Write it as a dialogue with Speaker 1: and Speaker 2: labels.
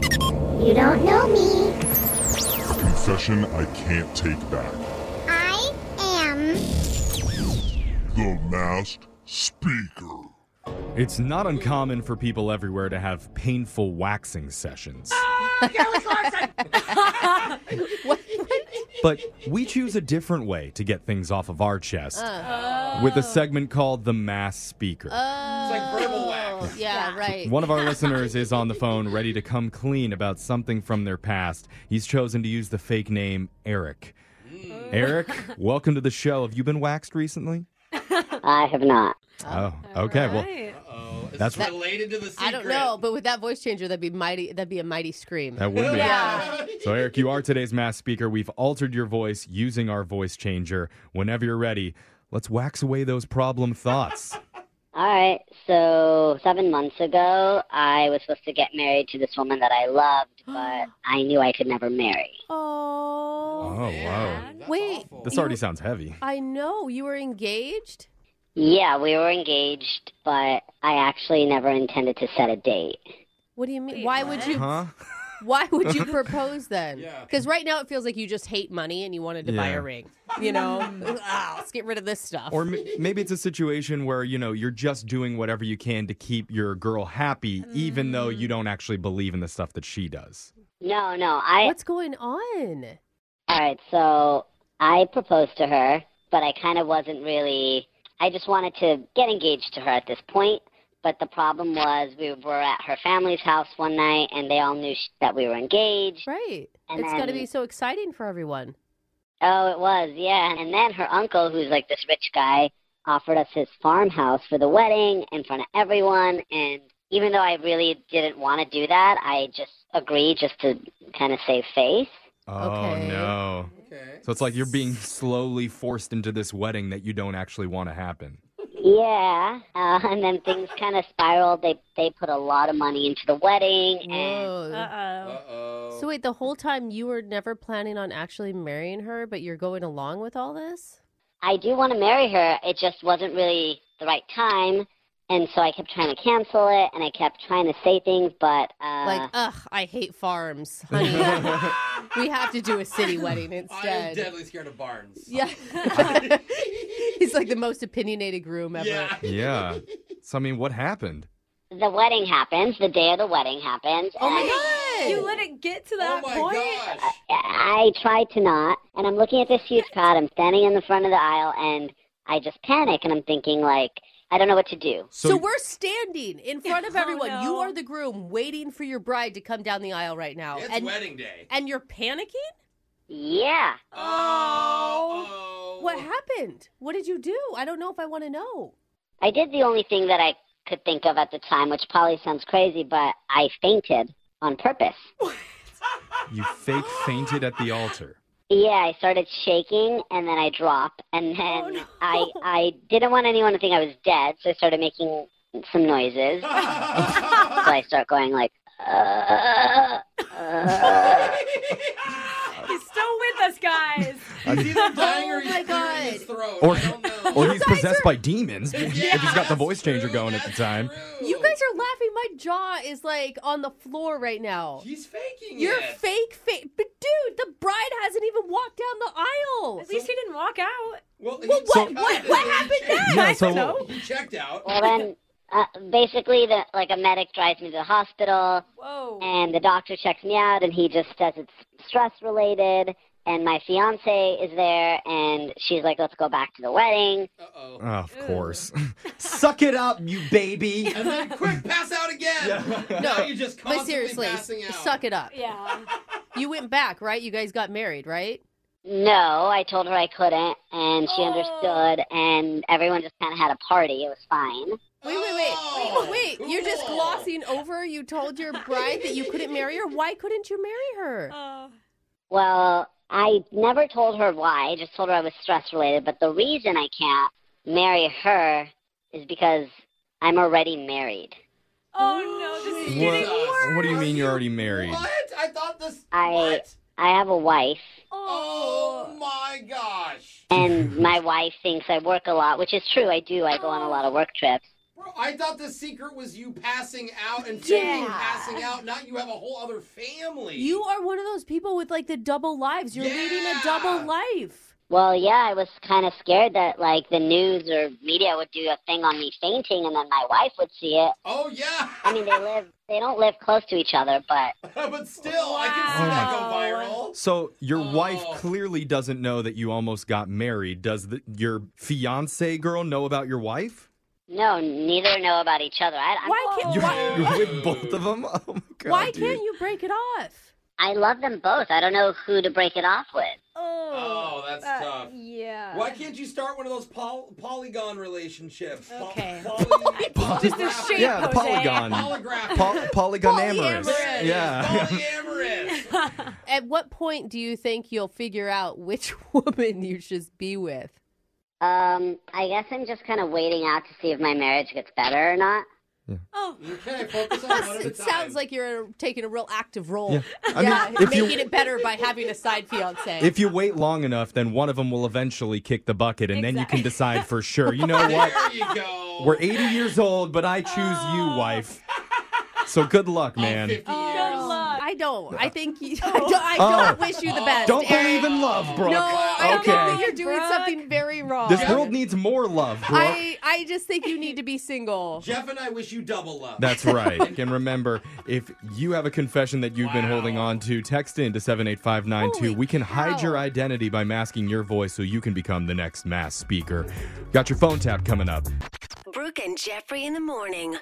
Speaker 1: You don't know me.
Speaker 2: A confession I can't take back.
Speaker 1: I am.
Speaker 2: The Masked Speaker.
Speaker 3: It's not uncommon for people everywhere to have painful waxing sessions. but we choose a different way to get things off of our chest with a segment called The Mass Speaker.
Speaker 4: It's like verbal wax.
Speaker 5: Oh, Yeah, right.
Speaker 3: One of our listeners is on the phone ready to come clean about something from their past. He's chosen to use the fake name Eric. Eric, welcome to the show. Have you been waxed recently?
Speaker 6: I have not.
Speaker 3: Oh, okay. Well,
Speaker 5: Right.
Speaker 4: Oh,
Speaker 3: That's-
Speaker 4: that's related to the secret.
Speaker 5: I don't know, but with that voice changer, that'd be mighty. That'd be a mighty scream.
Speaker 3: that would be.
Speaker 4: Yeah.
Speaker 3: So, Eric, you are today's mass speaker. We've altered your voice using our voice changer. Whenever you're ready, let's wax away those problem thoughts.
Speaker 6: All right. So seven months ago, I was supposed to get married to this woman that I loved, but I knew I could never marry.
Speaker 5: Oh,
Speaker 3: Oh, wow.
Speaker 4: That's
Speaker 5: Wait.
Speaker 4: awful.
Speaker 3: This already sounds heavy.
Speaker 5: I know you were engaged.
Speaker 6: Yeah, we were engaged, but I actually never intended to set a date.
Speaker 5: What do you mean? why would you?
Speaker 3: Huh?
Speaker 5: Why would you propose then?
Speaker 4: Yeah.
Speaker 5: Because right now it feels like you just hate money and you wanted to buy
Speaker 3: Yeah.
Speaker 5: a ring. You know, Ah, let's get rid of this stuff.
Speaker 3: Or m- maybe it's a situation where, you know, you're just doing whatever you can to keep your girl happy, even though you don't actually believe in the stuff that she does.
Speaker 6: No, no. I
Speaker 5: What's going on?
Speaker 6: all right. So I proposed to her, but I kind of wasn't really. I just wanted to get engaged to her at this point. But the problem was we were at her family's house one night, and they all knew sh- that we were engaged.
Speaker 5: Right.
Speaker 6: And
Speaker 5: it's got to
Speaker 6: then-
Speaker 5: be so exciting for everyone.
Speaker 6: Oh, it was, yeah. And then her uncle, who's like this rich guy, offered us his farmhouse for the wedding in front of everyone. And even though I really didn't want to do that, I just agreed just to kind of save face.
Speaker 3: Oh,
Speaker 5: Okay.
Speaker 3: no.
Speaker 4: Okay.
Speaker 3: So it's like you're being slowly forced into this wedding that you don't actually want to happen.
Speaker 6: Yeah. Uh, and then things kind of spiraled. They they put a lot of money into the wedding, and
Speaker 5: Whoa.
Speaker 4: Uh oh.
Speaker 5: So wait, the whole time you were never planning on actually marrying her, but you're going along with all this?
Speaker 6: I do want to marry her. It just wasn't really the right time. And so I kept trying to cancel it, and I kept trying to say things, but uh,
Speaker 5: Like, ugh, I hate farms, honey. we have to do a city wedding
Speaker 4: I am
Speaker 5: instead.
Speaker 4: deadly scared of barns.
Speaker 5: Yeah. He's like the most opinionated groom ever.
Speaker 4: Yeah.
Speaker 3: yeah. So, I mean, what happened?
Speaker 6: the wedding happens. The day of the wedding happens.
Speaker 5: Oh
Speaker 6: and
Speaker 5: my god.
Speaker 7: You let it get to
Speaker 4: Oh
Speaker 7: that
Speaker 4: my
Speaker 7: point.
Speaker 4: gosh.
Speaker 6: I tried to not, and I'm looking at this huge crowd. I'm standing in the front of the aisle, and I just panic, and I'm thinking like, I don't know what to do.
Speaker 5: so, we're standing in front of
Speaker 7: Oh,
Speaker 5: everyone. You
Speaker 7: no.
Speaker 5: are the groom waiting for your bride to come down the aisle right now.
Speaker 4: It's
Speaker 5: and
Speaker 4: wedding day.
Speaker 5: and you're panicking?
Speaker 6: Yeah,
Speaker 4: Oh.
Speaker 5: What happened? What did you do? I don't know if I want to know.
Speaker 6: I did the only thing that I could think of at the time, which probably sounds crazy, but I fainted on purpose.
Speaker 3: You fake fainted at the altar.
Speaker 6: Yeah, I started shaking, and then I dropped, and
Speaker 5: Oh,
Speaker 6: then I I didn't want anyone to think I was dead, so I started making some noises. so I start going like. Uh, uh,
Speaker 7: He's still with us, guys.
Speaker 4: He's either dying or
Speaker 5: Oh
Speaker 4: he's
Speaker 5: my
Speaker 4: clearing his
Speaker 5: God.
Speaker 4: throat.
Speaker 3: Or-
Speaker 4: I don't know.
Speaker 3: Or he's possessed by demons
Speaker 4: Yeah,
Speaker 3: if he's got the
Speaker 4: that's
Speaker 3: voice changer
Speaker 4: true,
Speaker 3: going at the
Speaker 4: that's
Speaker 3: time.
Speaker 4: true.
Speaker 5: You guys are laughing. My jaw is like on the floor right now.
Speaker 4: He's faking
Speaker 5: You're
Speaker 4: it.
Speaker 5: fake, fake. But dude, the bride hasn't even walked down the aisle.
Speaker 7: At least he didn't walk out.
Speaker 4: Well, he-
Speaker 5: what-
Speaker 4: so-
Speaker 5: what- what happened
Speaker 4: He
Speaker 3: Yeah,
Speaker 4: checked-
Speaker 3: so
Speaker 4: He checked out.
Speaker 6: Well, then, uh, basically, the like a medic drives me to the hospital,
Speaker 7: Whoa.
Speaker 6: and the doctor checks me out, and he just says it's stress related. And my fiance is there, and she's like, "Let's go back to the wedding."
Speaker 4: Uh-oh.
Speaker 3: Of course. Suck it up, you baby.
Speaker 4: And then quick, pass out again.
Speaker 3: Yeah.
Speaker 4: Now you're just
Speaker 5: but
Speaker 4: constantly
Speaker 5: seriously,
Speaker 4: passing out.
Speaker 5: suck it up.
Speaker 7: Yeah.
Speaker 5: You went back, right? You guys got married, right?
Speaker 6: No, I told her I couldn't, and she understood, and everyone just kind of had a party. It was fine.
Speaker 5: Wait, wait, wait.
Speaker 4: Oh,
Speaker 5: wait, wait. You're just
Speaker 4: cool.
Speaker 5: glossing over. You told your bride that you couldn't marry her. Why couldn't you marry her?
Speaker 4: Uh,
Speaker 7: Oh.
Speaker 6: Well, I never told her why. I just told her I was stress related. But the reason I can't marry her is because I'm already married.
Speaker 7: Oh no, this is
Speaker 3: What,
Speaker 7: getting worse.
Speaker 3: what do you mean you're already married?
Speaker 4: What? I thought this.
Speaker 6: I-
Speaker 4: What?
Speaker 6: I have a wife.
Speaker 4: Oh my gosh.
Speaker 6: And my wife thinks I work a lot, which is true. I do. I go on a lot of work trips.
Speaker 4: Bro, I thought the secret was you passing out and Timmy
Speaker 5: Yeah.
Speaker 4: passing out. Now you have a whole other family.
Speaker 5: You are one of those people with like the double lives. You're leading a double
Speaker 4: Yeah.
Speaker 5: life.
Speaker 6: Well, yeah, I was kind of scared that like the news or media would do a thing on me fainting, and then my wife would see it.
Speaker 4: Oh yeah,
Speaker 6: I mean, they live, they don't live close to each other, but
Speaker 4: but still, I can see that go
Speaker 7: Wow.
Speaker 4: viral.
Speaker 3: So your wife
Speaker 4: Oh.
Speaker 3: clearly doesn't know that you almost got married. Does the, your fiance girl know about your wife?
Speaker 6: no, neither know about each other. I, I'm,
Speaker 5: Why can't
Speaker 3: You're,
Speaker 5: why,
Speaker 3: you're with both of them. Oh my god.
Speaker 5: why
Speaker 3: dude.
Speaker 5: can't you break it off?
Speaker 6: I love them both. I don't know who to break it off with.
Speaker 4: Oh, that's
Speaker 7: uh,
Speaker 4: tough.
Speaker 7: Yeah.
Speaker 4: Why can't you start one of those poly- polygon relationships? Po-
Speaker 7: Okay.
Speaker 4: Poly-
Speaker 7: Just a shape,
Speaker 3: Yeah, the
Speaker 7: Jose.
Speaker 3: polygon.
Speaker 4: Polygraph.
Speaker 3: Poly- polygonamorous.
Speaker 5: Polyamorous.
Speaker 3: Yeah.
Speaker 4: Polyamorous.
Speaker 5: At what point do you think you'll figure out which woman you should be with?
Speaker 6: Um, I guess I'm just kind of waiting out to see if my marriage gets better or not.
Speaker 7: Oh,
Speaker 4: okay, focus on one at a
Speaker 5: It
Speaker 4: time.
Speaker 5: sounds like you're taking a real active role.
Speaker 3: Yeah.
Speaker 5: Yeah,
Speaker 3: I mean, if you-
Speaker 5: making it better by having a side fiance.
Speaker 3: If you wait long enough, then one of them will eventually kick the bucket, and then you can decide for sure. You know what?
Speaker 4: There you go.
Speaker 3: We're 80 years old, but I choose you,
Speaker 5: Oh.
Speaker 3: wife. So good luck,
Speaker 4: All 50
Speaker 3: man.
Speaker 5: Oh,
Speaker 4: years.
Speaker 7: good luck.
Speaker 5: I don't. I think you, I don't, I don't
Speaker 3: Oh.
Speaker 5: wish you the best.
Speaker 3: Don't
Speaker 5: Eric.
Speaker 3: believe in love, Brooke.
Speaker 5: No, I think that
Speaker 3: okay.
Speaker 5: you're doing
Speaker 7: Brooke.
Speaker 5: something very wrong.
Speaker 3: This world needs more love, Brooke.
Speaker 5: I, I just think you need to be single.
Speaker 4: Jeff and I wish you double love.
Speaker 3: That's right. and remember, if you have a confession that you've been
Speaker 4: Wow.
Speaker 3: holding on to, text in to 78592.
Speaker 5: Holy
Speaker 3: we can hide
Speaker 5: cow.
Speaker 3: your identity by masking your voice so you can become the next mass speaker. Got your phone tap coming up.
Speaker 8: Brooke and Jeffrey in the morning.